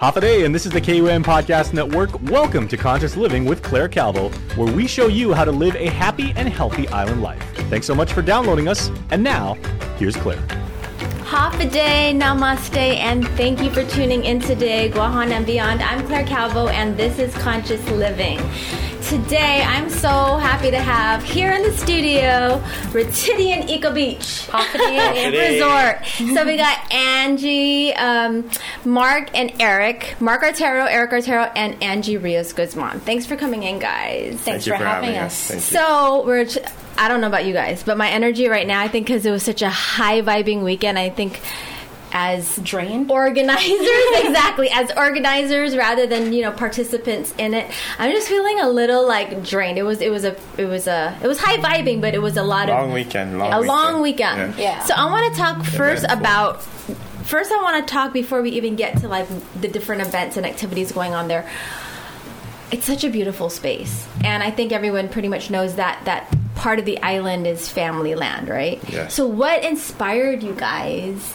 Hafaday, and this is the KUM Podcast Network. Welcome to Conscious Living with Claire Calvo, where we show you how to live a happy and healthy island life. Thanks so much for downloading us. And now, here's Claire. Hafaday, namaste, and thank you for tuning in today, Guahan and beyond. I'm Claire Calvo, and this is Conscious Living. Today, I'm so happy to have here in the studio Retidian Eco Beach Resort. So we got Angie, um, Mark, and Eric. Mark Artero, Eric Artero, and Angie Rios Guzman. Thanks for coming in, guys. Thanks you for, having, us. Thank you. So we're. j- I don't know about you guys, but my energy right now, I think, because it was such a high vibing weekend, I think as Drained? organizers exactly as organizers rather than you know participants in it i'm just feeling a little like drained it was it was a it was a it was high vibing but it was a lot of Long weekend. Long a weekend. long weekend. Yeah. Yeah. So I want to talk first Eventful. about. First, I want to talk before we even get to like the different events and activities going on there. It's such a beautiful space, and I think everyone pretty much knows that that part of the island is family land, right? Yes. So, what inspired you guys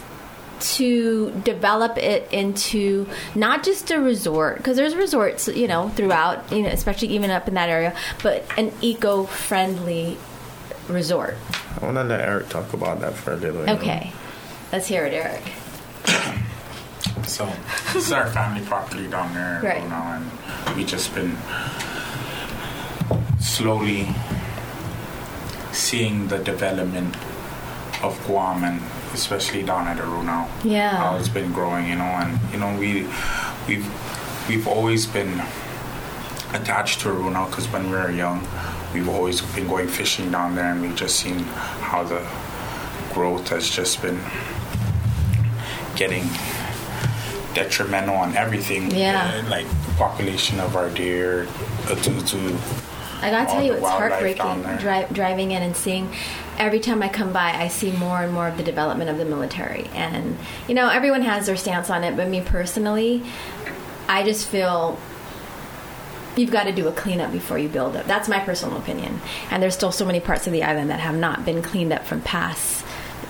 to develop it into not just a resort because there's resorts you know throughout you know especially even up in that area but an eco-friendly resort I want to let Eric talk about that for a little. you know. okay let's hear it eric So this is our family property down there, Right. you know, and we just been slowly seeing the development of Guam and especially down at Aru now. Yeah. How it's been growing, you know, and you know we we've we've always been attached to Aru now because when we were young, we've always been going fishing down there, and we've just seen how the growth has just been getting detrimental on everything. Yeah. Uh, Like the population of our deer, the tutu. i gotta All tell you the it's wildlife heartbreaking down there. dri- driving in and seeing every time i come by i see more and more of the development of the military and you know everyone has their stance on it but me personally i just feel you've got to do a cleanup before you build it. That's my personal opinion. And there's still so many parts of the island that have not been cleaned up from past,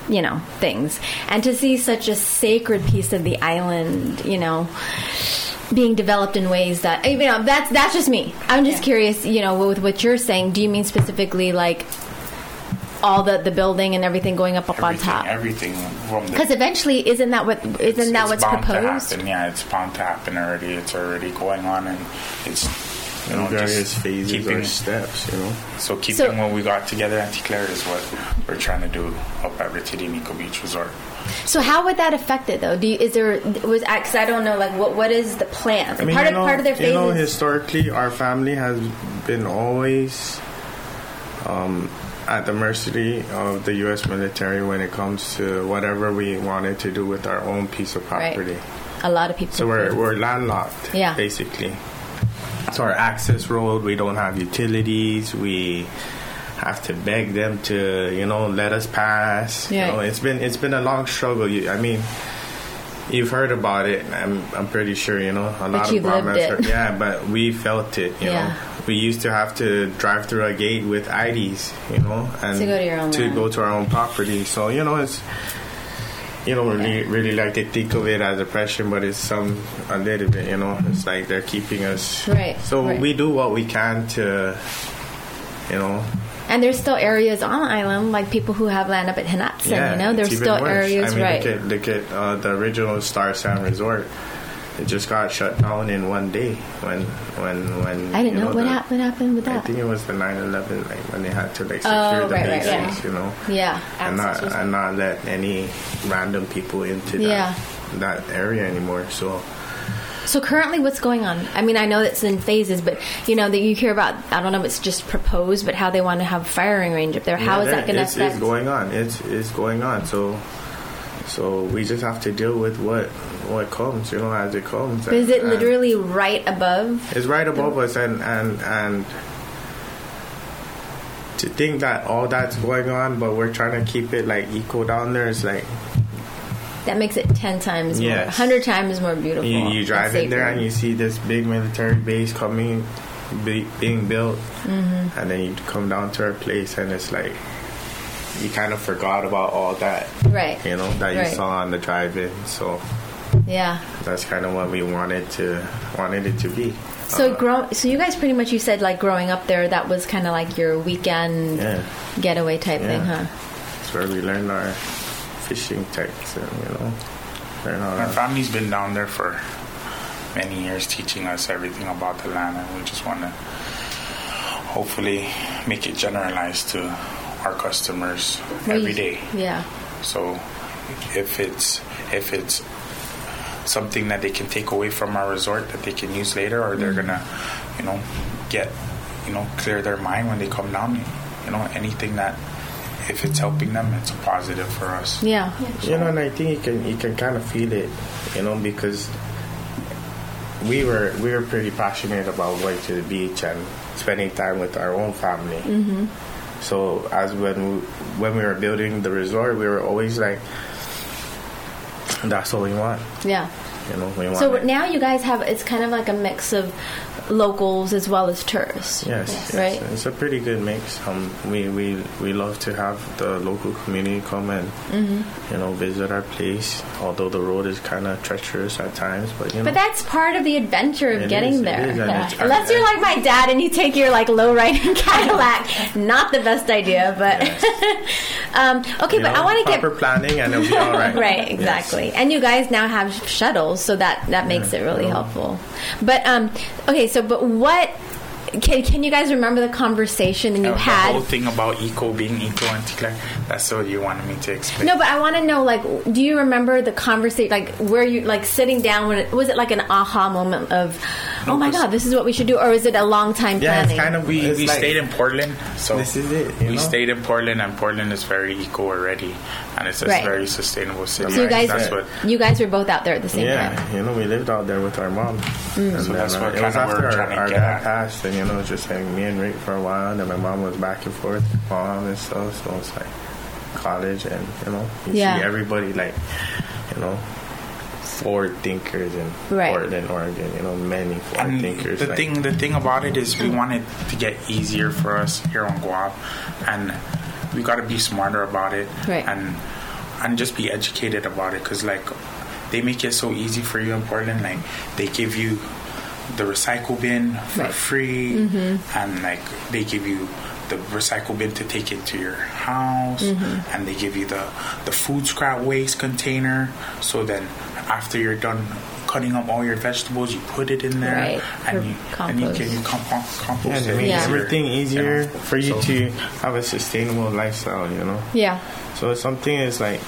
you know, things. And to see such a sacred piece of the island, you know, being developed in ways that you know that's that's just me. I'm just curious, you know, with what you're saying. Do you mean specifically like all the the building and everything going up up on Everything, top? everything from the Because eventually, isn't that what isn't it's- that it's what's bound proposed? To happen. Yeah, it's bound to happen already. It's already going on, and it's you know Various just phases or keeping steps, you know. so keeping So- what we got together at Claire is what we're trying to do up at Retidi Nico Beach Resort. So how would that affect it though? Do you, is there was because I don't know like what what is the plan? I mean, part you of know, part of their you know, phases. historically, our family has been always um, at the mercy of the U.S. military when it comes to whatever we wanted to do with our own piece of Right. property. a lot of people. So we're, we're landlocked, Yeah. basically. So our access road, we don't have utilities. We have to beg them to, you know, let us pass. Yeah. You know, it's been it's been a long struggle. You, I mean, you've heard about it. I'm I'm pretty sure you know a lot you've of lived Brahmas. it. Heard, yeah, but we felt it. You Yeah. know, we used to have to drive through a gate with IDs. You know, and To go to your own to land. go to our own property. So you know, it's you don't really really like to think of it as oppression, but it's some a little bit, you know. It's like they're keeping us. Right, So right. we do what we can to, you know. and there's still areas on the island like people who have land up at Hinapsa. yeah, you know, there's it's even still worse. areas I mean, right. Look at look at uh, the original Star Sam Resort. It just got shut down in one day. When when when I didn't you know, what, the- hap- what happened with I that. think it was the 9/11, like when they had to like secure Oh, the right, right, bases, yeah. you know. yeah, and not Access was- and not let any random people into that Yeah. that area anymore. So uh, So currently, what's going on? I mean, I know it's in phases, but you know that you hear about. I don't know if it's just proposed, but how they want to have a firing range up there. How is Yeah, that going to it's, affect? It's going on. It's it's going on. So so we just have to deal with what what comes, you know, as it comes. But is it And- literally right above? It's right above us, and and and to think that all that's going on, but we're trying to keep it like equal down there. It's like That makes it ten times more, Yes. hundred times more beautiful. you, you and drive in there sacred. and you see this big military base coming, be, being built, Mm-hmm. and then you come down to our place, and it's like you kind of forgot about all that, right. you know, that you Right. saw on the drive-in. So Yeah. That's kind of what we wanted to wanted it to be. Uh, So grow. So you guys pretty much you said like growing up there that was kind of like your weekend Yeah, getaway type thing, huh? Yeah. that's where we learned our fishing techniques and you know learn all My that. family's been down there for many years teaching us everything about the land, and we just want to hopefully make it generalized to our customers Well, you- every day. Yeah. So if it's if it's something that they can take away from our resort that they can use later, or they're gonna, you know, get, you know, clear their mind when they come down. You know, anything that if it's helping them, it's a positive for us. Yeah. You know, and I think you can you can kind of feel it, you know, because we were we were pretty passionate about going to the beach and spending time with our own family. Mm-hmm. So as when we, when we were building the resort, we were always like, "That's what we want," Yeah. you know. We want. So it. now you guys have it's kind of like a mix of locals as well as tourists. Yes, yes, Right. It's a pretty good mix. Um, we, we we love to have the local community come and Mm-hmm. you know visit our place. Although the road is kind of treacherous at times, but you know But that's part of the adventure of Hmm? It getting is, it there. is, and it's- Unless you're like my dad and you take your like low riding Cadillac, not the best idea. But um, okay, you but I know, want to get proper planning and it'll be all right. right Yes. exactly and you guys now have shuttles so that that makes it Oh. really helpful but um okay so but what can, can you guys remember the conversation Oh, that you Uh, the whole had thing about eco being eco and things like that's what you wanted me to explain. no but i want to know like do you remember the conversation like where you like sitting down when it was it like an aha moment of oh my god this is what we should do or is it a long time Yeah, planning it's kind of we, it's we like- stayed in Portland, so This is it, you We know? stayed in Portland, and Portland is very eco already, and it's a Right. very sustainable city. so you guys that's what you guys were both out there at the same time Yeah, you know, we lived out there with our mom. Mm. And So that's uh, what it was kinda after we're our, trying to our get dad at. passed, and you know, it was just like me and Rick for a while, and then my mom was back and forth with mom and stuff. So it's like college, and you know, you Yeah. see everybody like, you know, forward thinkers in Right. Portland, Oregon. You know, many forward And thinkers. the like- thing, the thing about it is, we want it to get easier for us here on Guam, and we got to be smarter about it, Right. and and just be educated about it, because like they make it so easy for you in Portland. Like they give you the recycle bin for Right. Mm-hmm. free, and like they give you the recycle bin to take into your house, Mm-hmm. and they give you the the food scrap waste container. So then, after you're done cutting up all your vegetables, you put it in there Right, there, for and, you, and you compost. can you compost, Yeah, compost they it make Yeah. everything easier You know, for you so- to have a sustainable lifestyle. You know. yeah So it's something is like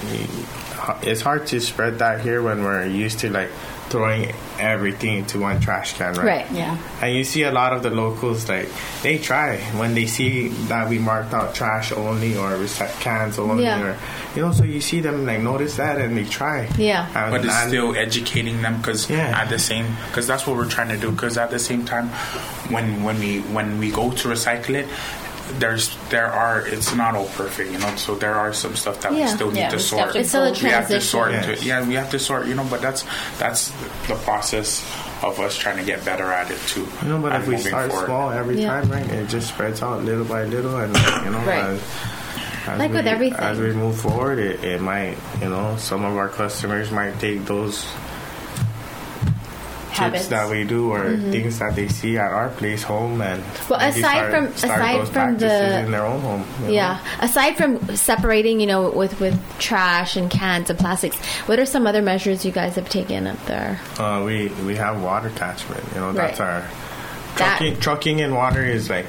it's hard to spread that here when we're used to like throwing everything into one trash can, right? right Yeah. And you see a lot of the locals like they try when they see that we marked out trash only or recyc- cans only, Yeah. or you know. So you see them like notice that and they try. Yeah. And- but it's and- still educating them because Yeah. at the same because that's what we're trying to do because at the same time when when we when we go to recycle it there's there are it's not all perfect you know so there are some stuff that we Yeah. still need Yeah, to we still sort have to It's a still we have to transition. sort Yes. into it. yeah we have to sort you know but that's that's the process of us trying to get better at it too You know, but and if we moving start forward. small every Yeah. time, right, it just spreads out little by little, and like, you know, Right. as, as Like we, with everything. as we move forward, it, it might, you know, some of our customers might take those Habits. tips that we do or things that they see at our place home, and Mm-hmm. Well, maybe aside from- aside those from the- practices in their own home, you know? Yeah. Aside from separating, you know, with with trash and cans and plastics, what are some other measures you guys have taken up there? Uh, we we have water catchment. You know, that's Right. our That- trucking. Trucking and water is like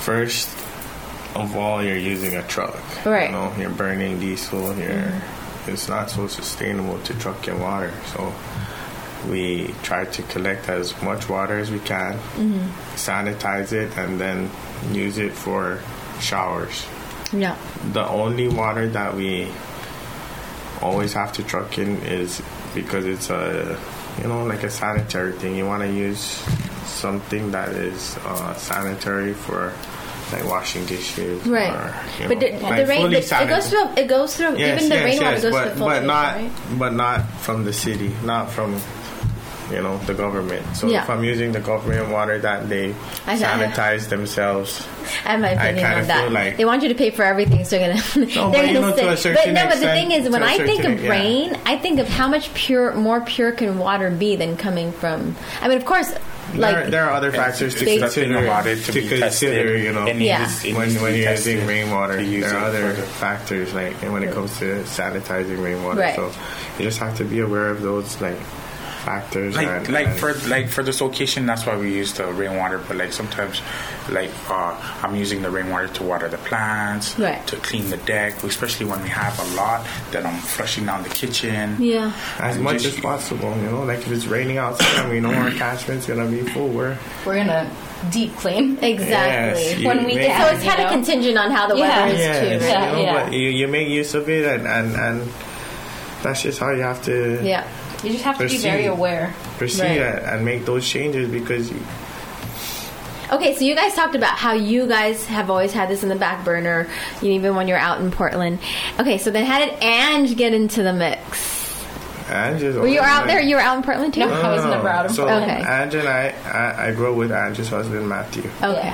first of all, you're using a truck. Right. Mm-hmm. You know, you're burning diesel. You're it's not so sustainable to truck in water. So we try to collect as much water as we can, Mm-hmm. sanitize it, and then use it for showers Yeah. the only water that we always have to truck in is because it's a you know like a sanitary thing you want to use something that is uh, sanitary for like washing dishes Right. or, you but know, the, like the rain fully it, it goes sanitary. through it goes through Yes, even the yes, rainwater yes, goes but, through but filtration, not right? but not from the city not from you know, the government. So Yeah. if I'm using the government water that they I- sanitize themselves, I have my opinion kinda on that. feel like- they want you to pay for everything, so they're gonna No, but they're you gonna know, to say. a certain but no, but the extent- thing is, to when a I think certain- of yeah. rain, I think of how much pure, more pure can water be than coming from. I mean, of course, like there, there are other factors to they- consider. about it to, be consider, tested. you know, It needs- Yeah. it when, needs to when be you're tested using rainwater, to use there are it other for the- factors like and when it comes to sanitizing rainwater. Right. So you just have to be aware of those like factors. like and, like and- for like for this occasion that's why we use the rainwater but like sometimes like uh, i'm using the rainwater to water the plants Right. to clean the deck especially when we have a lot then i'm flushing down the kitchen yeah, as and much just- as possible, you know. Like if it's raining outside, and we know our catchment's gonna be full. We're We're gonna deep clean. Yes, exactly. you When we make- get so it's you kind of know? contingent on how the Yeah. weather is yes, too, right? you know, Yeah. but you, you make use of it, and, and and that's just how you have to Yeah. You just have to be Proceed. very aware. proceed Right. and, and make those changes because you, Okay, so you guys talked about how you guys have always had this in the back burner, you- even when you're out in Portland. Okay, so then how did Ange get into the mix? and just Were you out there? You were out in Portland too? No, I was never out of Oh, so Okay. Portland. Ange and I, I, I grew up with Ange's husband Matthew. Okay.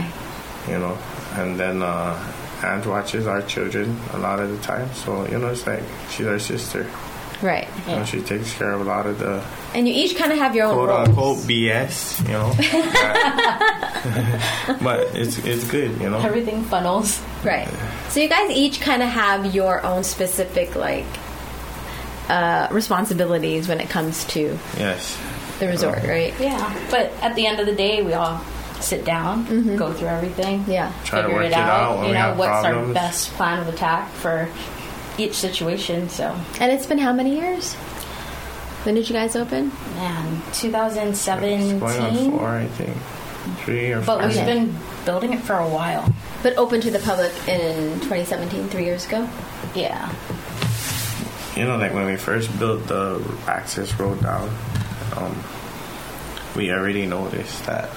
you know. And then uh, Aunt watches our children a lot of the time, so you know, it's like she's our sister. Right. You know, she takes care of a lot of the And you each kind of have your own quote roles. unquote BS, you know. but it's it's good, you know. Everything funnels. Right. So you guys each kind of have your own specific like uh, responsibilities when it comes to Yes. the Oh. resort, right? Yeah. But at the end of the day, we all sit down, go through everything. Yeah. Try to figure work it it out out. when you we know, have what's our problems. best plan of attack for each situation. So, And it's been how many years? When did you guys open? man, It's going on 2017. four, I think. Three or But four. we've Okay. been building it for a while. But open to the public in 2017, three years ago. Yeah. You know, like when we first built the access road down, um, we already noticed that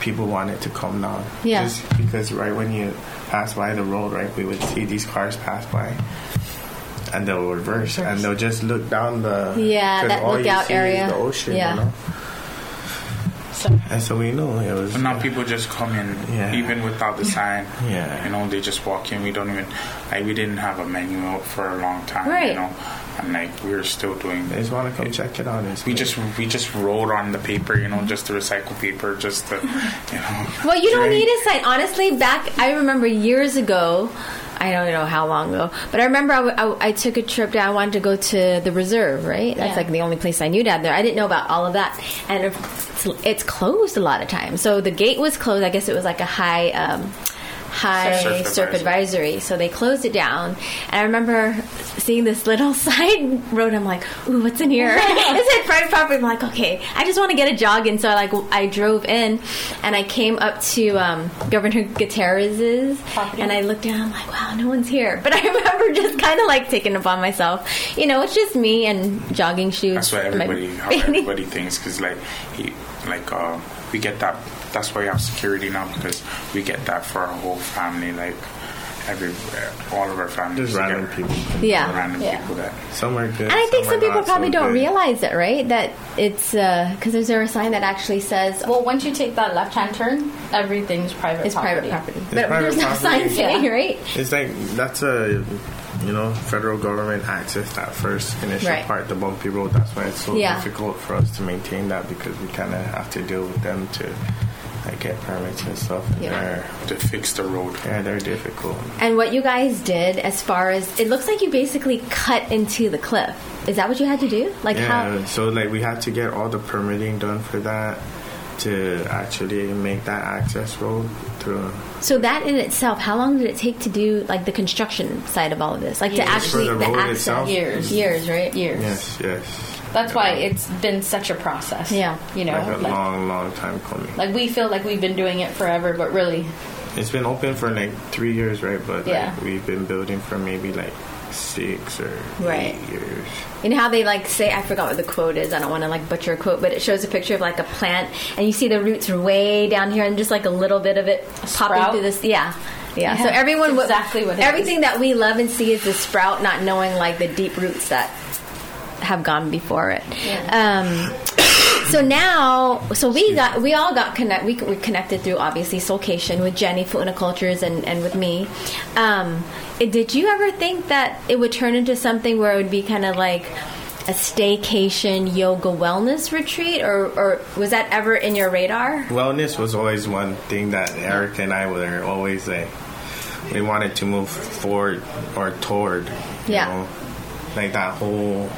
people wanted to come down. Yeah. Just because right when you pass by the road, right, we would see these cars pass by. And they'll reverse, and they'll just look down the Yeah, 'cause that all you lookout see is area. the ocean, Yeah. you know. So, And so we knew it was But now people just come in, Yeah. even without the sign. Yeah. You know, they just walk in. We don't even, like, we didn't have a menu out for a long time. Right. You know, and like we were still doing. They just want to come check it out. It's We good. just we just wrote on the paper, you know, just the recycle paper, just the, you know. Well, you don't drink. need a sign. Honestly, back, I remember years ago, I don't know how long ago, but I remember I, w- I- I took a trip down. I wanted to go to the reserve, right? That's Yeah. like the only place I knew down there. I didn't know about all of that. And it's, it's closed a lot of times. So the gate was closed. I guess it was like a high. Um, High surf, Surf advisory. advisory. so they closed it down. And I remember seeing this little side road. I'm like, "Ooh, what's in here?" it said private property. I'm like, "Okay, I just want to get a jog in." So I like, w- I drove in, and I came up to um, Governor Gutierrez's, Property. and I looked down. I'm like, "Wow, no one's here." But I remember just kind of like taking it upon myself. You know, it's just me and jogging shoes. That's what my- everybody how everybody thinks because like he, like um, we get that. That's why we have security now because we get that for our whole family. Like every uh, all of our There's families. random together. people. Uh, Yeah. Random Yeah. people that. Some are good. And I think are some people not so probably don't good. realize it, right? That it's because is there a sign that actually says well, once you take that left hand turn, everything's private it's private property. property? It's but private there's no sign property. saying, Yeah. right? It's like that's a you know federal government access that first initial Right. part, the bumpy road. That's why it's so Yeah. difficult for us to maintain that because we kind of have to deal with them to like, get permits and stuff. And Yeah. They're to fix the road. yeah, they're difficult. And what you guys did, as far as it looks like you basically cut into the cliff. Is that what you had to do? Like Yeah, how? so like we have to get all the permitting done for that to actually make that access road through. So that in itself, how long did it take to do like the construction side of all of this, like Years. to For actually the road access? itself? Years. years, right? Years. Yes, yes. That's why it's been such a process. Yeah. You know, Like a like- long, long time coming. like we feel like we've been doing it forever, but really, It's been open for like three years, right? But Yeah. like, we've been building for maybe like six or Right. eight years. You know how they like say I forgot what the quote is. I don't want to like butcher a quote, but it shows a picture of like a plant, and you see the roots are way down here, and just like a little bit of it popping sprout? through this. Yeah, yeah. Yeah, so everyone it's would- exactly what it everything that we love and see is the sprout, not knowing like the deep roots that have gone before it. Yeah. Um, so now, so we got we all got connect we, we connected through obviously Soulcation with Jenny Futuna Cultures and and with me. Um, it- did you ever think that it would turn into something where it would be kind of like a staycation yoga wellness retreat, or or was that ever in your radar? Wellness was always one thing that Eric and I were always like we wanted to move forward or toward. You Yeah. Know? Like that whole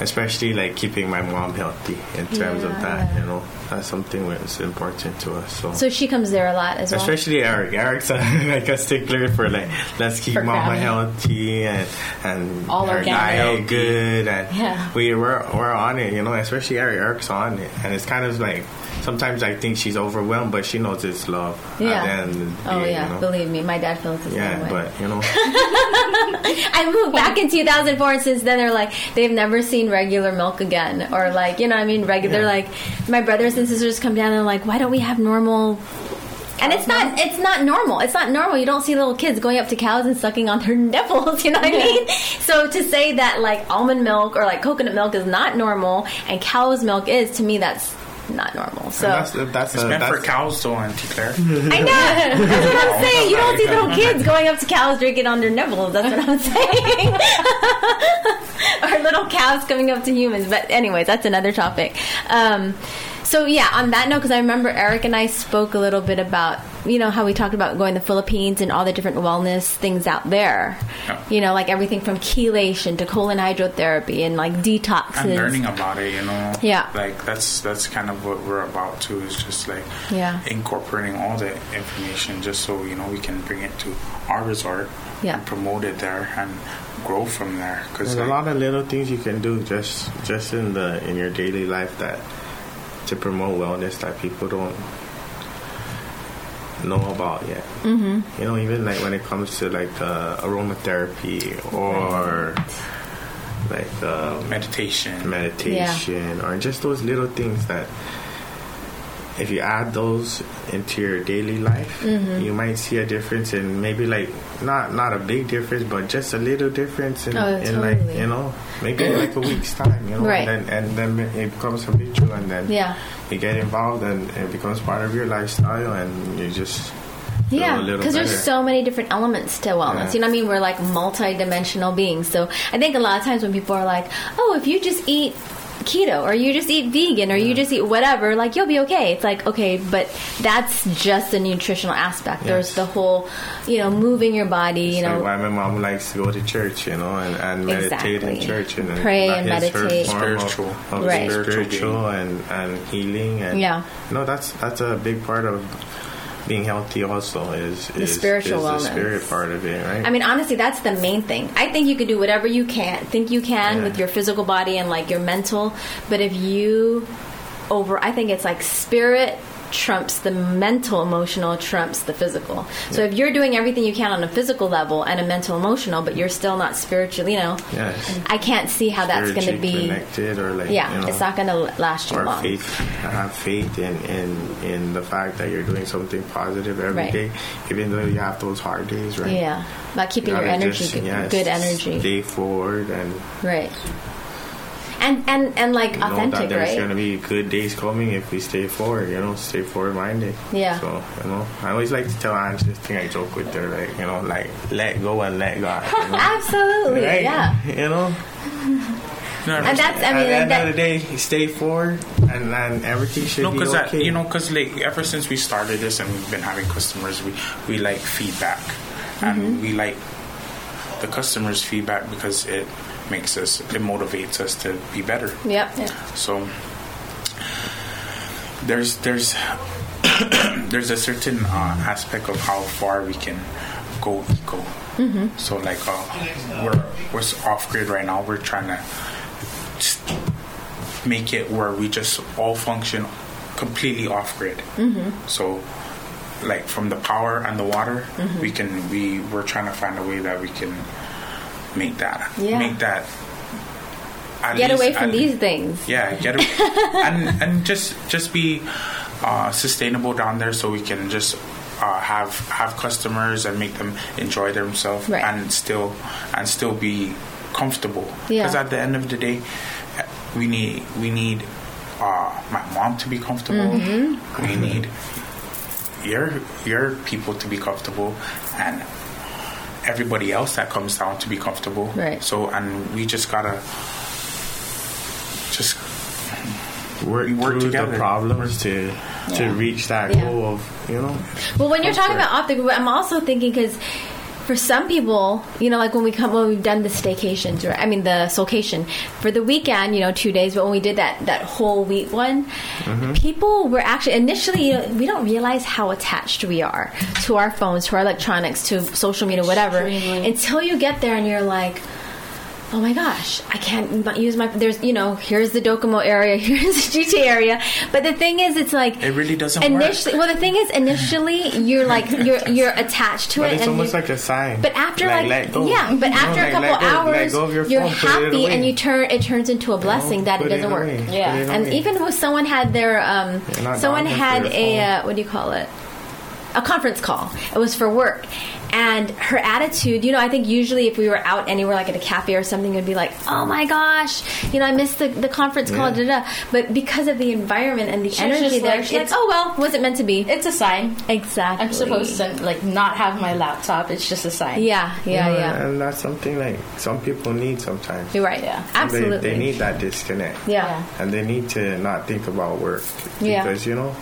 especially like keeping my mom healthy in terms of that, you know. That's something that's important to us. So, So she comes there a lot as well. especially Eric. Eric's a, like a stickler for like let's keep For mama gravity. healthy and and All her organic. diet good and Yeah. we we're we're on it, you know, especially Eric Eric's on it. And it's kind of like sometimes I think she's overwhelmed but she knows it's love. at Yeah. the end of the Oh day, yeah, you know? believe me, my dad feels the same Yeah, way. but you know, I moved back in 2004, and since then they're like they've never seen regular milk again, or like you know what I mean regular. They're Yeah. like my brothers and sisters come down and they're like, why don't we have normal? And it's not it's not normal. It's not normal. You don't see little kids going up to cows and sucking on their nipples. You know what I mean? So to say that like almond milk or like coconut milk is not normal, and cow's milk is to me that's not normal. So that's that's It's a, meant for that's cows, though, Auntie Claire. I know. That's what Oh I'm saying. You don't see little kids going up to cows drinking on their nipples. That's what I'm saying. or little cows coming up to humans. But anyways, that's another topic. Um, so yeah, on that note, because I remember Eric and I spoke a little bit about you know how we talked about going to the Philippines and all the different wellness things out there. Yeah. You know, like everything from chelation to colon hydrotherapy and like detoxes. I'm learning about it, you know. Yeah. Like that's that's kind of what we're about too. Is just like Yeah. incorporating all the information, just so you know we can bring it to our resort, Yeah. and promote it there and grow from there. Because there's a lot of little things you can do just just in the in your daily life that to promote wellness that people don't know about yet. Mm-hmm. You know, even like when it comes to like uh, aromatherapy or like um, meditation. meditation or just those little things that if you add those into your daily life Mm-hmm. you might see a difference in maybe like not not a big difference but just a little difference in, Oh, in like totally. you know maybe in like a week's time you know Right. and, then, and then it becomes habitual and then Yeah. you get involved and it becomes part of your lifestyle and you just feel a Yeah, little because there's better. so many different elements to wellness. Yeah. You know what I mean? We're like multi-dimensional beings. So I think a lot of times when people are like, "Oh, if you just eat keto or you just eat vegan or you just eat whatever, like you'll be okay." It's like, "Okay, but that's just the nutritional aspect. There's Yes. the whole, you know, moving your body, you like know, why my mom likes to go to church, you know, and, and meditate Exactly. in church and Pray that and is her meditate. form of- Spiritual. of Right. Spiritual spiritual and, and healing and Yeah. No, that's that's a big part of being healthy. Also, is the is, spiritual is wellness. the spirit part of it, right? I mean, honestly, that's the main thing. I think you can do whatever you can, think you can Yeah. with your physical body and like your mental. But if you over, I think it's like spirit trumps the mental, emotional trumps the physical. So if you're doing everything you can on a physical level and a mental, emotional, but you're still not spiritual, you know, yes, I can't see how that's going to Spiritually be. connected or like Yeah, you know, it's not going to last you or long. faith. I have faith in, in in the fact that you're doing something positive every Right. day, even though you have those hard days, right? Yeah, about keeping your Gotta energy, just, good, yes, good energy, Stay forward and right? And and and like You know that authentic, there's right? gonna be good days coming if we stay forward, you know, stay forward minded. Yeah. So, you know, I always like to tell Ange this thing I joke with her, like, you know, like let go and let God. You know? Absolutely, Right? yeah. You know? No, And that's, I At mean, the like end that, of the day, stay forward and, and everything should No, be because okay. you know, because like ever since we started this and we've been having customers, we we like feedback, Mm-hmm. and we like the customers' feedback because it makes us, it motivates us to be better. yep. So there's there's there's a certain uh, aspect of how far we can go eco. Mm-hmm. So like uh, we're we're off grid right now. We're trying to s- make it where we just all function completely off grid. Mm-hmm. So like from the power and the water, Mm-hmm. we can we we're trying to find a way that we can make that Yeah. make that at Get least- away from at- these things. yeah, get a, and and just just be uh, sustainable down there, so we can just uh, have have customers and make them enjoy themselves Right. and still and still be comfortable. Yeah. Because at the end of the day, uh, we need we need uh, my mom to be comfortable. Mm-hmm. We need your your people to be comfortable, and everybody else that comes down to be comfortable. Right. So and we just gotta just Work, We work through together. the problems to to Yeah. reach that Yeah. goal of you know. Well, when you're talking Comfort. about optic, I'm also thinking because for some people, you know, like when we come when we've done the staycations, or I mean the solcation for the weekend, you know, two days. But when we did that that whole week one, Mm-hmm. people were actually initially you know, we don't realize how attached we are to our phones, to our electronics, to social media, whatever, Extremely. until you get there and you're like oh my gosh, I can't m- use my. There's, you know, here's the Docomo area, here's the GTA area. But the thing is, it's like It really doesn't work. Initially, well, the thing is, initially, you're like you're you're attached to it, But it's and almost you- like a sign. But after like, let go. yeah, but You know, after like, a couple let go, let hours, go of your you're phone, put it happy and away. you turn it turns into a blessing that it Put doesn't work. away, put Yeah. it And away. even with someone had their um, You're not someone dogging for had your a phone. uh, what do you call it? A conference call. It was for work, and her attitude. You know, I think usually if we were out anywhere, like at a cafe or something, it would be like, "Oh my gosh, you know, I missed the, the conference call." Yeah. Da, da, da. But because of the environment and the She was energy just there, like- she's like, "Oh well, wasn't meant to be." It's a sign. exactly. I'm supposed to like not have my laptop. It's just a sign. Yeah, yeah, You know, yeah. And that's something like some people need sometimes. You're right. Yeah. Absolutely. They, they need that disconnect. Yeah. And they need to not think about work Yeah. because you know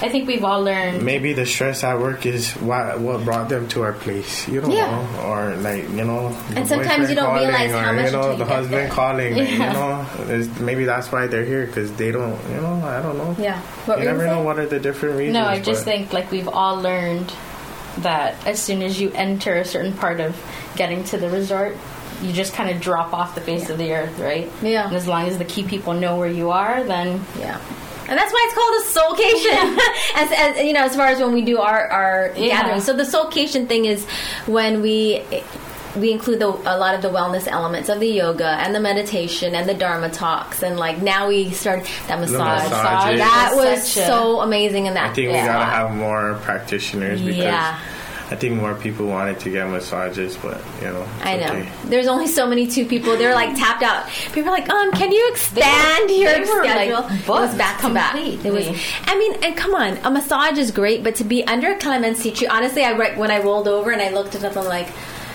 I think we've all learned. maybe the stress at work is what what brought them to our place. You don't Yeah. know, or like you know, the And sometimes you boyfriend don't calling, realize how or, much you until know you the get husband there. calling. like, Yeah. You know, it's, maybe that's why they're here because they don't. You know, I don't know. Yeah. What were you you never know saying? what are the different reasons. No, I just but- think like we've all learned that as soon as you enter a certain part of getting to the resort, you just kind of drop off the face of the earth, right? Yeah. And as long as the key people know where you are, then Yeah. And that's why it's called a soulcation, as, as you know, as far as when we do our our Yeah. gatherings. So the soulcation thing is when we we include the, a lot of the wellness elements of the yoga and the meditation and the dharma talks and like now we started that massage. massages. That was Such a- so amazing in that. I think yeah. we gotta have more practitioners because Yeah. I think more people wanted to get massages, but you know, it's I know. okay. There's only so many two people. They're like tapped out. People are like, um, can you expand your they were, like, schedule? it was booked back to back. It was. completely. I mean, and come on, a massage is great, but to be under a clemency tree, honestly, I right when I rolled over and I looked it up, I'm like.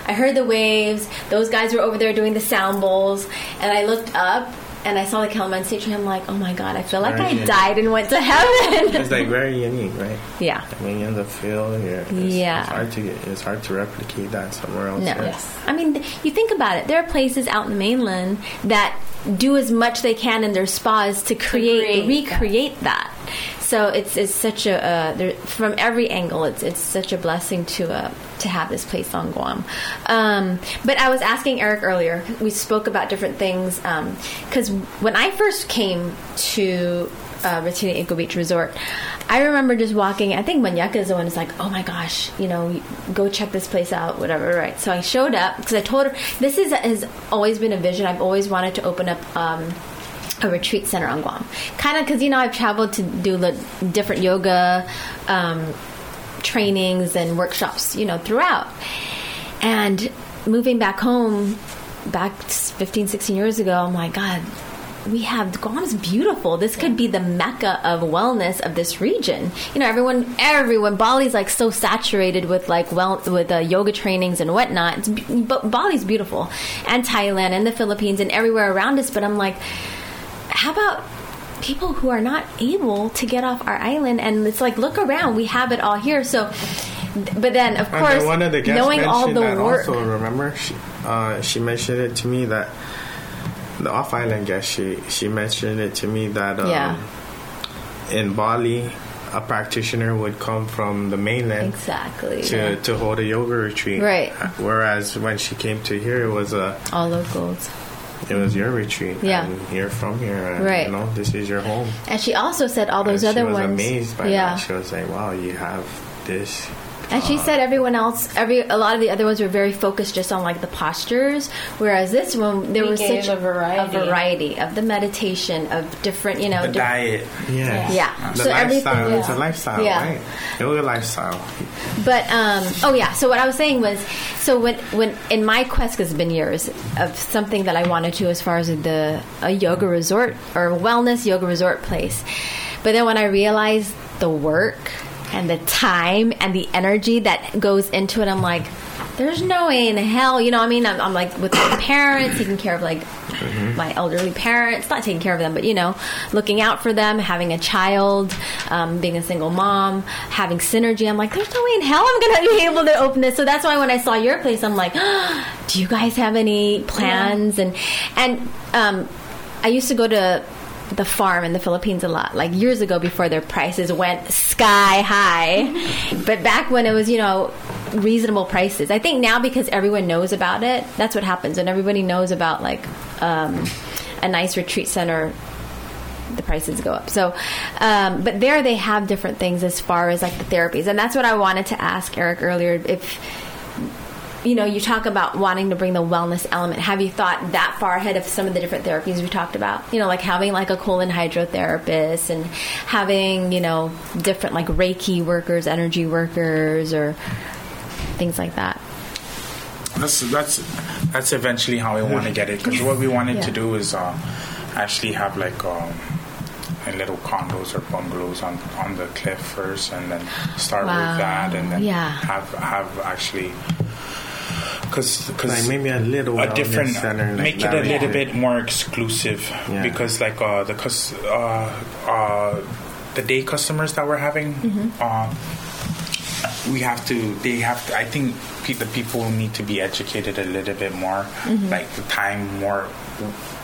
I heard the waves. Those guys were over there doing the sound bowls, and I looked up and I saw the calamansi tree. I'm like, oh my god, I feel like I Right. died and went to heaven. It's like very unique, right? yeah. I mean, in the field, yeah, it's, Yeah. it's hard to get, it's hard to replicate that somewhere else. No. right? I mean, th- you think about it. There are places out in the mainland that do as much they can in their spas to create, create recreate that. So it's it's such a uh, there, from every angle. It's it's such a blessing to uh, to have this place on Guam. Um, but I was asking Eric earlier. We spoke about different things because when I first came to uh, Ratina Eco Beach Resort, I remember just walking. I think Manyaka is the one who's like, "Oh my gosh, you know, go check this place out, whatever." Right. So I showed up because I told her this is has always been a vision. I've always wanted to open up. Um, a retreat center on Guam, kind of because you know I've traveled to do li- different yoga um, trainings and workshops, you know, throughout. And moving back home, back 15, 16 years ago, I'm like, God, we have Guam's beautiful. This could be the mecca of wellness of this region. You know, everyone, everyone, Bali's like so saturated with like well with uh, yoga trainings and whatnot. It's, be- but Bali's beautiful, and Thailand and the Philippines and everywhere around us. But I'm like, how about people who are not able to get off our island and it's like look around we have it all here so but then of And then course one of the guests knowing mentioned all the that work also. Remember, she, uh, she mentioned it to me that the off-island guest. She she mentioned it to me that um, Yeah. in Bali, a practitioner would come from the mainland exactly to to hold a yoga retreat. Right. Whereas when she came to here, it was a all locals it was your retreat. Yeah. and you're from here. And, Right. You know, this is your home. and she also said all those And other she was ones amazed by yeah that. She was like, "Wow, you have this." And she said everyone else, every a lot of the other ones were very focused just on like the postures, whereas this one there We was gave such a variety. a variety of the meditation of different, you know, The diff- diet. Yeah. yeah. The so lifestyle. everything, It's a lifestyle, Yeah. right? It was a lifestyle. But um, oh yeah, so what I was saying was, so when when in my quest has been years of something that I wanted to as far as the a yoga resort or wellness yoga resort place, but then when I realized the work and the time and the energy that goes into it, I'm like. There's no way in hell, you know. what I mean, I'm, I'm like with my parents, taking care of like my elderly parents, not taking care of them, but you know, looking out for them, having a child, um, being a single mom, having synergy. I'm like, there's no way in hell I'm going to be able to open this. So that's why when I saw your place, I'm like, do you guys have any plans? And and um, I used to go to the farm in the Philippines a lot, like years ago before their prices went sky high. but back when it was, you know, reasonable prices. I think now because everyone knows about it, that's what happens. When everybody knows about like um, a nice retreat center, the prices go up. So, um, but there they have different things as far as like the therapies, and that's what I wanted to ask Eric earlier. If you know, you talk about wanting to bring the wellness element. Have you thought that far ahead of some of the different therapies we talked about? You know, like having like a colon hydrotherapist and having, you know, different like Reiki workers, energy workers, or things like that. That's that's that's eventually how I want to get it. Because what we wanted to Yeah. do is uh, actually have like um, like little condos or bungalows on on the cliff first, and then start Wow. with that, and then Yeah. have have actually because Like maybe a little a wellness different center, like make it that a we little did. bit more exclusive Yeah. because like uh the cus- uh, uh the day customers that we're having Mm-hmm. uh, we have to they have to i think pe- the people need to be educated a little bit more Mm-hmm. like the time more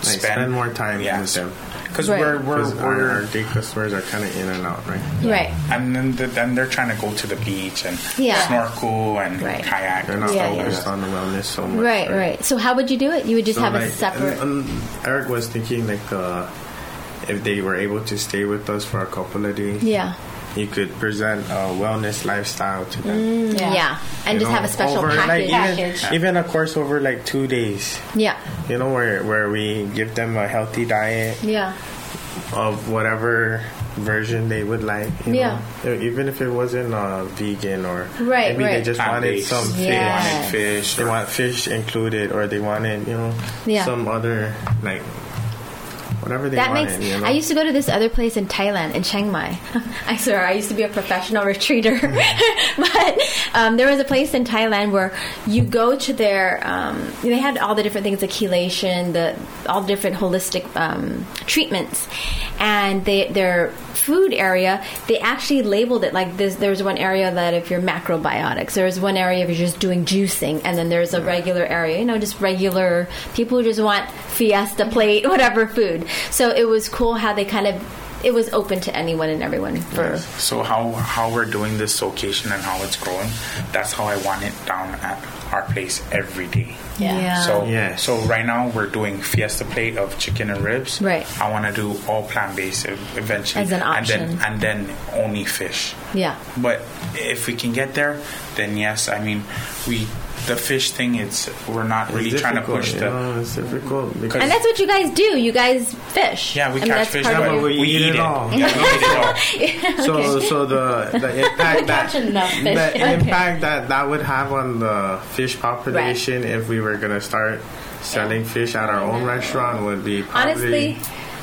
Like spend more time with them. because Right. we're we're, Because our, we're our day customers are kind of in and out, right? Right. and then the, then they're trying to go to the beach and Yeah. snorkel and Right. kayak They're and not stuff Yeah, like focused that. on the wellness so much. Right, right. So how would you do it? You would just So, have a like, uh, separate. and- and Eric was thinking like uh, if they were able to stay with us for a couple of days, yeah. you could present a wellness lifestyle to them. Mm-hmm. yeah. And You just know, have a special over, like, package. even, Package. even a course over like two days, yeah. you know, where where we give them a healthy diet Yeah. of whatever version they would like. You Yeah. know? E, even if it wasn't uh, vegan or Right, maybe they right. just wanted Plant-based. some They fish. Yes. wanted fish They or- want fish included, or they wanted you know Yeah. some other like whatever they That wanted. makes. you know? I used to go to this other place in Thailand, in Chiang Mai. I swear, I used to be a professional retreater, but um, there was a place in Thailand where you go to their. Um, they had all the different things, the chelation, the all different holistic um, treatments, and they their food area. They actually labeled it like this. There's one area that if you're macrobiotics, there's one area if you're just doing juicing, and then there's a regular area, you know, just regular people who just want fiesta plate, whatever food. So it was cool how they kind of it was open to anyone and everyone for So how how we're doing this location and how it's growing, that's how I want it down at our place every day. Yeah. Yeah. So Yes. so right now we're doing fiesta plate of chicken and ribs. Right. I want to do all plant based eventually, As an option. and then and then only fish. Yeah. But if we can get there, then yes. I mean, we the fish thing. It's we're not really It's trying to difficult, push you the. know, it's difficult because and that's what you guys do. You guys fish. Yeah, we I mean, catch that's fish, part of but Yeah, your- but we eat it all. Yeah, we eat it all. so so the the impact that catch enough fish. the Okay. impact that that would have on the fish population if we were gonna start selling fish at our own restaurant would be probably Honestly,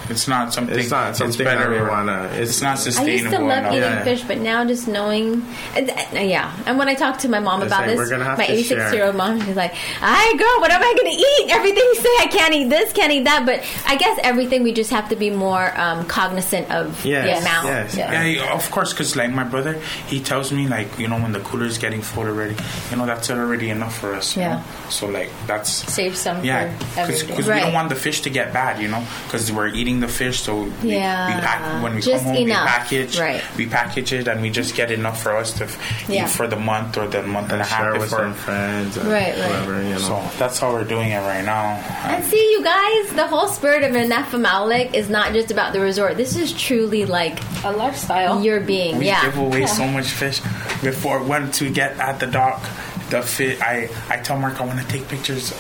It's not something. It's not something that we better- wanna- It's, it's- not I sustainable. used to love enough. eating Yeah. fish, but now just knowing, and, uh, yeah. And when I talk to my mom It's about like, this, we're gonna have my to share. 86 year old mom, she's like, "I girl, what am I gonna eat? Everything you say, I can't eat this, can't eat that." But I guess everything we just have to be more um, cognizant of the yes, amount. yes, Yeah. Yeah, yeah, of course, because like my brother, he tells me like you know when the cooler is getting full already, you know that's already enough for us. you Yeah. know? So like that's Save some yeah, for every because day. we Right. don't want the fish to get bad, you know, because we're eating clean the fish, so we, Yeah. we pack, when we Just come home, enough, we package, right. we package it, and we just get enough for us to f- Yeah. eat for the month or the month and and, a half share with before. some friends and Right, right. whatever, you know. So that's how we're doing it right now. And see, you guys, the whole spirit of Anaphamalik is not just about the resort. This is truly like A lifestyle. your being. We yeah. give away so much fish before once we get at the dock. The fit, I I tell Mark I want to take pictures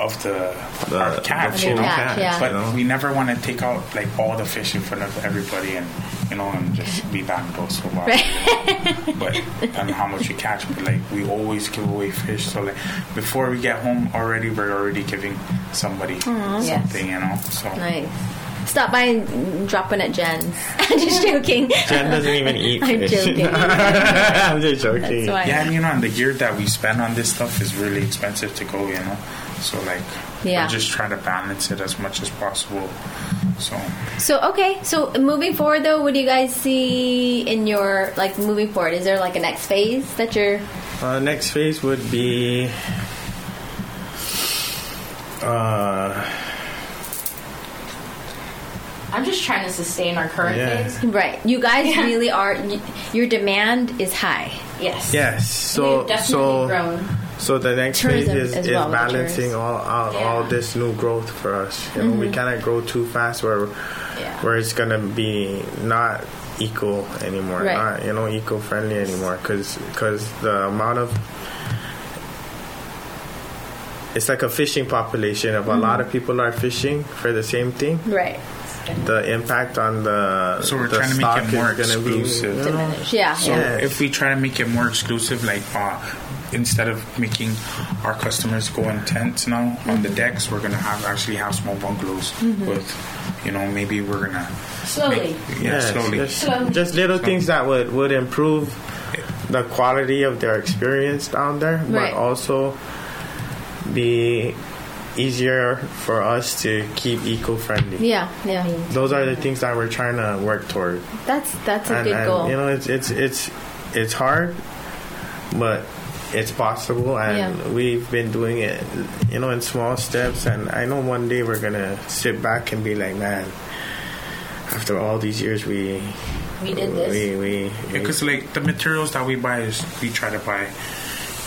of the, The- our the catch, full you know. catch, yeah. But you know. we never want to take out like all the fish in front of everybody and you know and just be bankrupt so much. but and how much we catch, but like we always give away fish. So like before we get home already, we're already giving somebody something, you know. So Nice. Stop by and drop one at Jen's. I'm just joking. Jen doesn't even eat I'm fish. joking. I'm just joking. That's why. Yeah, and you know, and the gear that we spend on this stuff is really expensive to go, you know. So like, Yeah. we're just trying to balance it as much as possible. So So okay, so moving forward though, what do you guys see in your like moving forward? Is there like a next phase that you're? Uh, next phase would be. Uh, I'm just trying to sustain our current Yeah. phase. Right, you guys Yeah. really are. y- Your demand is high. Yes. yes. So We've definitely so grown. so the next Tourism phase is, as is well, not balancing tourists. Mm-hmm. all out all Yeah. this new growth for us. You know, we cannot grow too fast where Yeah. where it's gonna be not eco anymore. Right. Not you know eco friendly anymore because the amount of it's like a fishing population. If a Mm-hmm. lot of people are fishing for the same thing, Right. the impact on the So we're the trying to make stock it more is gonna exclusive. Be, you know, Yeah. so yeah. Yes. if we try to make it more exclusive, like uh, instead of making our customers go in tents now on the Mm-hmm. decks, we're gonna have actually have small bungalows with, you know, maybe we're gonna Slowly. make- yeah, yes, slowly. Slowly. Just, just little things that would would improve the quality of their experience down there, Right. but also be easier for us to keep eco friendly. Yeah, yeah. Those are the things that we're trying to work toward. That's that's a and, good and, goal. You know, it's it's it's it's hard, but it's possible, and Yeah. we've been doing it, you know, in small steps. And I know one day we're gonna sit back and be like, man, after all these years, we We did this. we we, we Because like the materials that we buy is we try to buy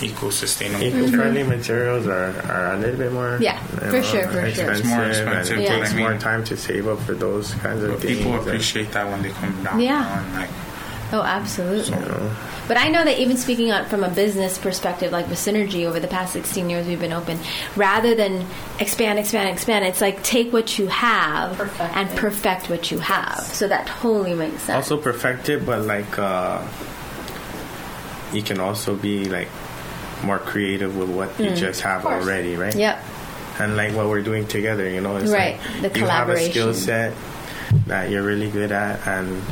eco sustainable. eco-friendly materials are, are a little bit more Yeah, you for sure, for sure. It's more expensive, and expensive, it but I takes mean- more time to save up for those kinds of But things. people and- appreciate that when they come down. Yeah. now and, like, Oh, absolutely. But I know that even speaking out from a business perspective, like with Synergy over the past 16 years we've been open, rather than expand, expand, expand, it's like take what you have Perfect and it. perfect what you have. So that totally makes sense. also perfect it, but like uh, you can also be like more creative with what you Mm, just have course. already, right? yep. And like what we're doing together, you know, it's Right, like the you have a skill collaboration. set that you're really good at, and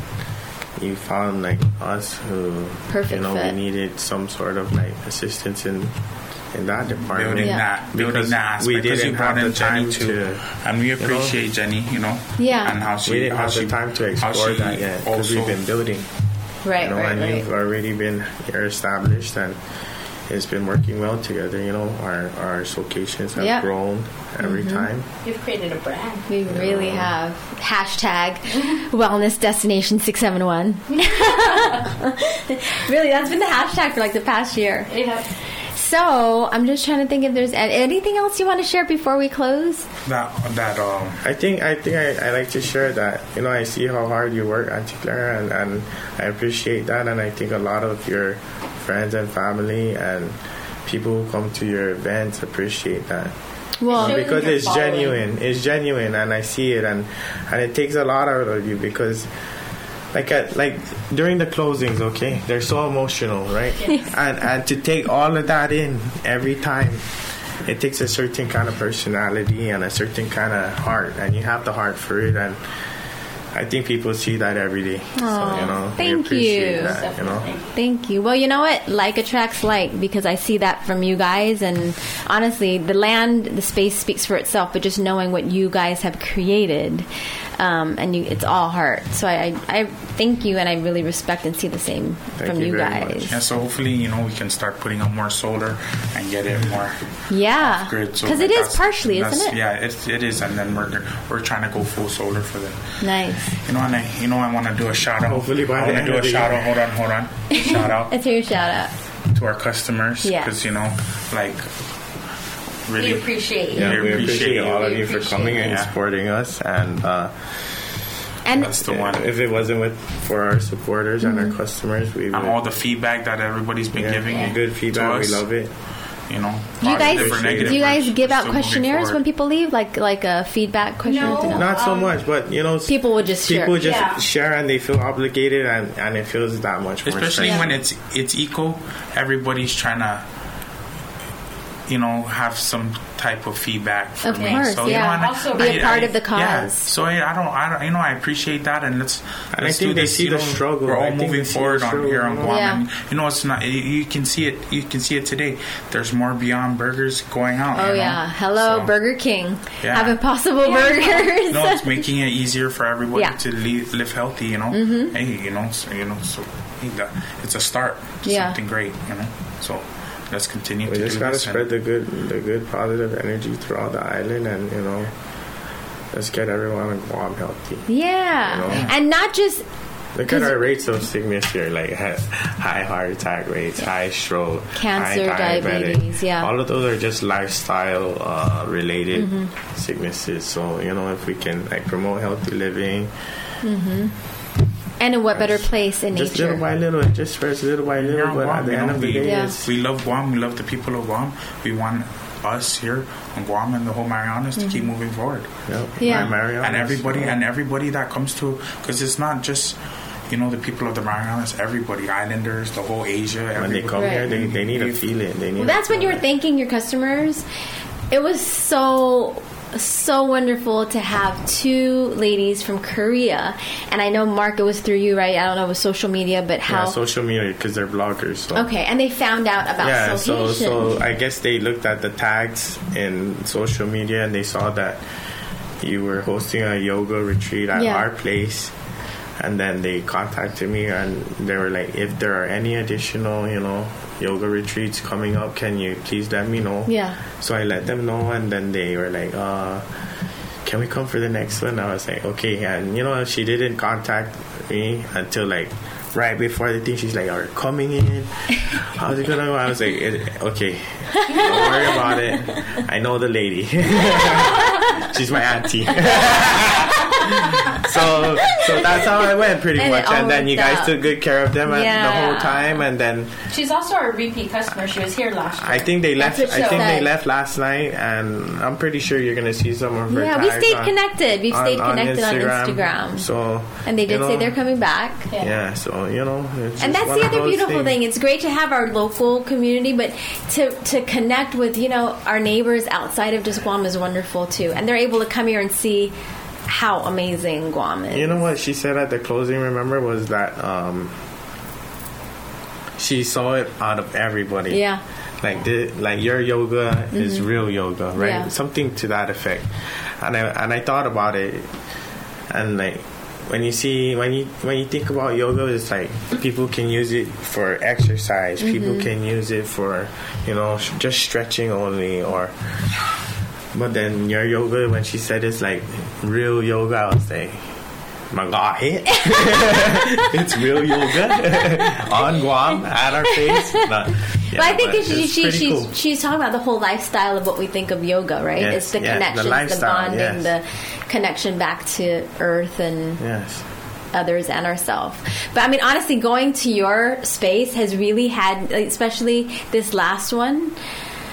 you found like us who Perfect you know fit. we needed some sort of like assistance in in that department. building Yeah. that, building Because that aspect. we 'cause didn't you brought have the in Jenny time too, to- and we know? appreciate Jenny, you know, Yeah. and how she we didn't how have she, the time to how explore she that yet because Also, we've been building. Right, You know, right, and right. we've already been you're established and it's been working well together. You know, our our locations have Yeah. Mm-hmm. grown every time. You've created a brand. We really have. Hashtag wellness destination 671. really, that's been the hashtag for like the past year. Yeah. So I'm just trying to think if there's a- anything else you want to share before we close. that that um I think I think I, I like to share that. You know, I see how hard you work, Auntie Clara, and, and I appreciate that. And I think a lot of your friends and family and people who come to your events appreciate that. Well, Sure. because your it's following. genuine. It's genuine, and I see it, and and it takes a lot out of you because, like, at, like during the closings, okay, they're so emotional, right? and and to take all of that in every time, it takes a certain kind of personality and a certain kind of heart, and you have the heart for it, and. I think people see that every day. so, you know, we thank appreciate you. That, you know, Thank you. Well, you know what? Like attracts like because I see that from you guys. And honestly, the land, the space speaks for itself, but just knowing what you guys have created um, and you, it's all heart. So I, I, I thank you, and I really respect and see the same from you you, very much. guys. Yeah, so hopefully, you know, we can start putting up more solar and get it more Yeah, grid. because So it is that's- partially, that's- isn't it? Yeah, it, it is, and then we're we're trying to go full solar for them. Nice. You know, and I, you know, I want to do a shout out. Hopefully by I the want to end do of a the shout year. out. Hold on, hold on. Shout out Let's hear your shout out. to our customers Yeah. because you know, like, really We appreciate you. Yeah, We we appreciate appreciate you. all of We you for appreciate coming you. and Yeah. supporting us. And uh, And That's the one. if it wasn't with for our supporters and Mm-hmm. our customers, we would. and all the feedback that everybody's been yeah, giving good feedback. to We us, love it. You know, do you guys positive or negative, do you guys we're give out still moving questionnaires when forward. people leave, like like a feedback questionnaire? No. No. Not so Um, much, but you know, s- people would just share. people just Yeah. share and they feel obligated, and, and it feels that much more. especially special. when it's it's equal everybody's trying to you know have some type of feedback for Of me course, so you yeah. know, and I- Also be a I- part I- of the yeah. cause. so yeah, i don't i don't you know i appreciate that and let's And I let's think do they this see you the know, struggle. we're I all think moving they see forward the on here on struggle. guam Yeah. and you know it's not you, you can see it you can see it today there's more beyond burgers going out Oh you know? yeah, hello So- Burger King. Yeah. Have Impossible Burgers. no, it's making it easier for everybody Yeah. Mm-hmm. to live, live healthy. You know, hey, you know, so you know, so hey, that, it's a start, to Yeah. something great. You know, so let's continue We to just do gotta this. spread the good, the good positive energy throughout the island, and you know, let's get everyone in Guam healthy. yeah, You know? and not just Look at our rates of sickness here, like ha- high heart attack rates, high stroke, Cancer, high diabetic. diabetes, yeah. all of those are just lifestyle uh, related Mm-hmm. sicknesses. So you know, if we can like promote healthy living, and a what better place in just nature. little by little, it just spreads little by little. Here on but Guam, at the you end know, of the we, day, Yeah. it's we love Guam. We love the people of Guam. We want us here on Guam and the whole Marianas to Mm-hmm. keep moving forward. yep, Yeah. my Marianas, and everybody you know. and everybody that comes to because it's not just you know the people of the Marianas. Everybody, Islanders, the whole Asia. when they everybody. come Right. here, they, they need to feel it. They need. Well, to that's when you feel were it. thanking your customers. It was so so wonderful to have two ladies from Korea, and I know Mark. It was through you, right? I don't know, it was social media, but how? Yeah, social media because they're bloggers. So. okay, and they found out about Yeah, so association. so I guess they looked at the tags in social media and they saw that you were hosting a yoga retreat at Yeah. our place, and then they contacted me and they were like, if there are any additional, you know, yoga retreats coming up, can you please let me know? Yeah. So I let them know, and then they were like, uh, can we come for the next one? I was like, okay. And, you know, she didn't contact me until like right before the thing. She's like, are you coming in? How's it going to go? I was like, it, okay, don't worry about it. I know the lady. She's my auntie. so so that's how it went pretty And it much. all And then you worked guys out. took good care of them uh, Yeah. the whole time. And then She's also our repeat customer. She was here last year. I think they That's left. what she I think they said. left last night, and I'm pretty sure you're gonna see some of her. yeah, we tags stayed on- connected. We've on- stayed on connected on Instagram, So and they you did say know, they're coming back. Yeah. Yeah, so you know, it's just and that's one the of other those beautiful things. thing it's great to have our local community but to, to connect with you know our neighbors outside of just guam is wonderful too and they're able to come here and see how amazing guam is You know what she said at the closing, remember, was that um, she saw it out of everybody. Yeah. Mm-hmm. Like the, like your yoga is real yoga, right? Yeah. Something to that effect. And I and I thought about it and like when you see when you when you think about yoga it's like people can use it for exercise Mm-hmm. people can use it for you know sh- just stretching only or but then your yoga when she said it's like real yoga i was like my god it's real yoga on guam at our face but, yeah, but I think but it's, she, she, pretty she's, cool. she's talking about the whole lifestyle of what we think of yoga, right? Yes, it's the yeah, the connections, the, lifestyle, bonding, yes. the connection back to earth and yes others and ourselves. But I mean, honestly, going to your space has really had, especially this last one,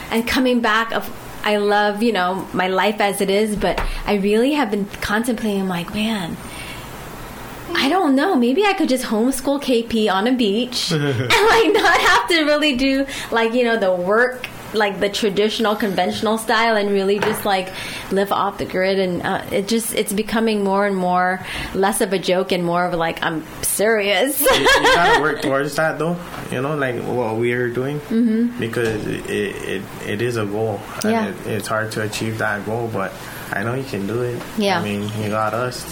and coming back of. I love, you know, my life as it is, but I really have been contemplating. I'm like, man, I don't know. Maybe I could just homeschool KP on a beach and like not have to really do like you know the work, like the traditional conventional style, and really just like live off the grid. And uh, it just it's becoming more and more less of a joke and more of like I'm serious. you, you gotta work towards that though you know like what we are doing mm-hmm. because it, it it is a goal and Yeah. it, it's hard to achieve that goal but I know you can do it. Yeah. I mean, you got us.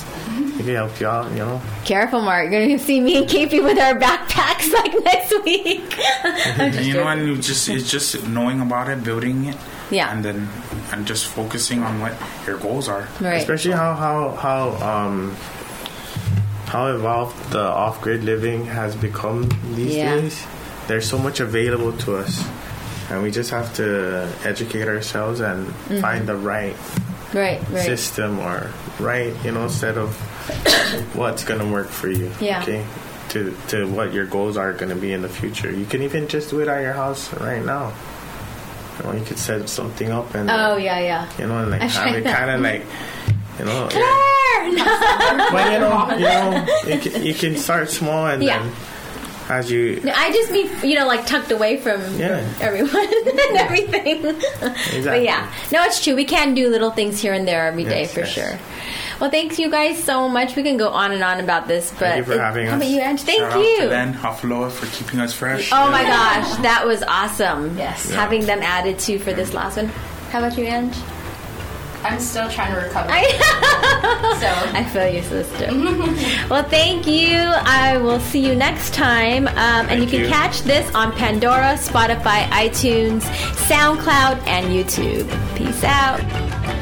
We can help you out, you know. Careful, Mark. You're gonna see me and KP with our backpacks like next week. I'm just you know, joking. and you just it's just knowing about it, building it, Yeah. and then and just focusing on what your goals are. Right. Especially how how how um how evolved the off grid living has become these Yeah. days. There's so much available to us. And we just have to educate ourselves and find the right Mm-hmm. right. Right. system or right, you know, set of what's gonna work for you. Yeah. Okay. To to what your goals are gonna be in the future. You can even just do it at your house right now. Or you could set something up and oh yeah, yeah. you know, and like I have it tried kind of like, you know, Turn! but you know, you know, you can, you can start small and Yeah. then as you No, I just mean you know like tucked away from Yeah. from everyone and everything. But exactly. yeah, no, it's true. We can do little things here and there every day Yes, for yes. sure. Well, thanks you guys so much. We can go on and on about this, but you for it- having how us. about you, Ange? Thank Shout out you. to Len Huffalo for keeping us fresh. Oh my gosh, that was awesome. Yes. Having them added to for this last one. How about you, Ange? I'm still trying to recover. so I feel you, sister. well, thank you. I will see you next time. Um, and you can you. catch this on Pandora, Spotify, iTunes, SoundCloud, and YouTube. Peace out.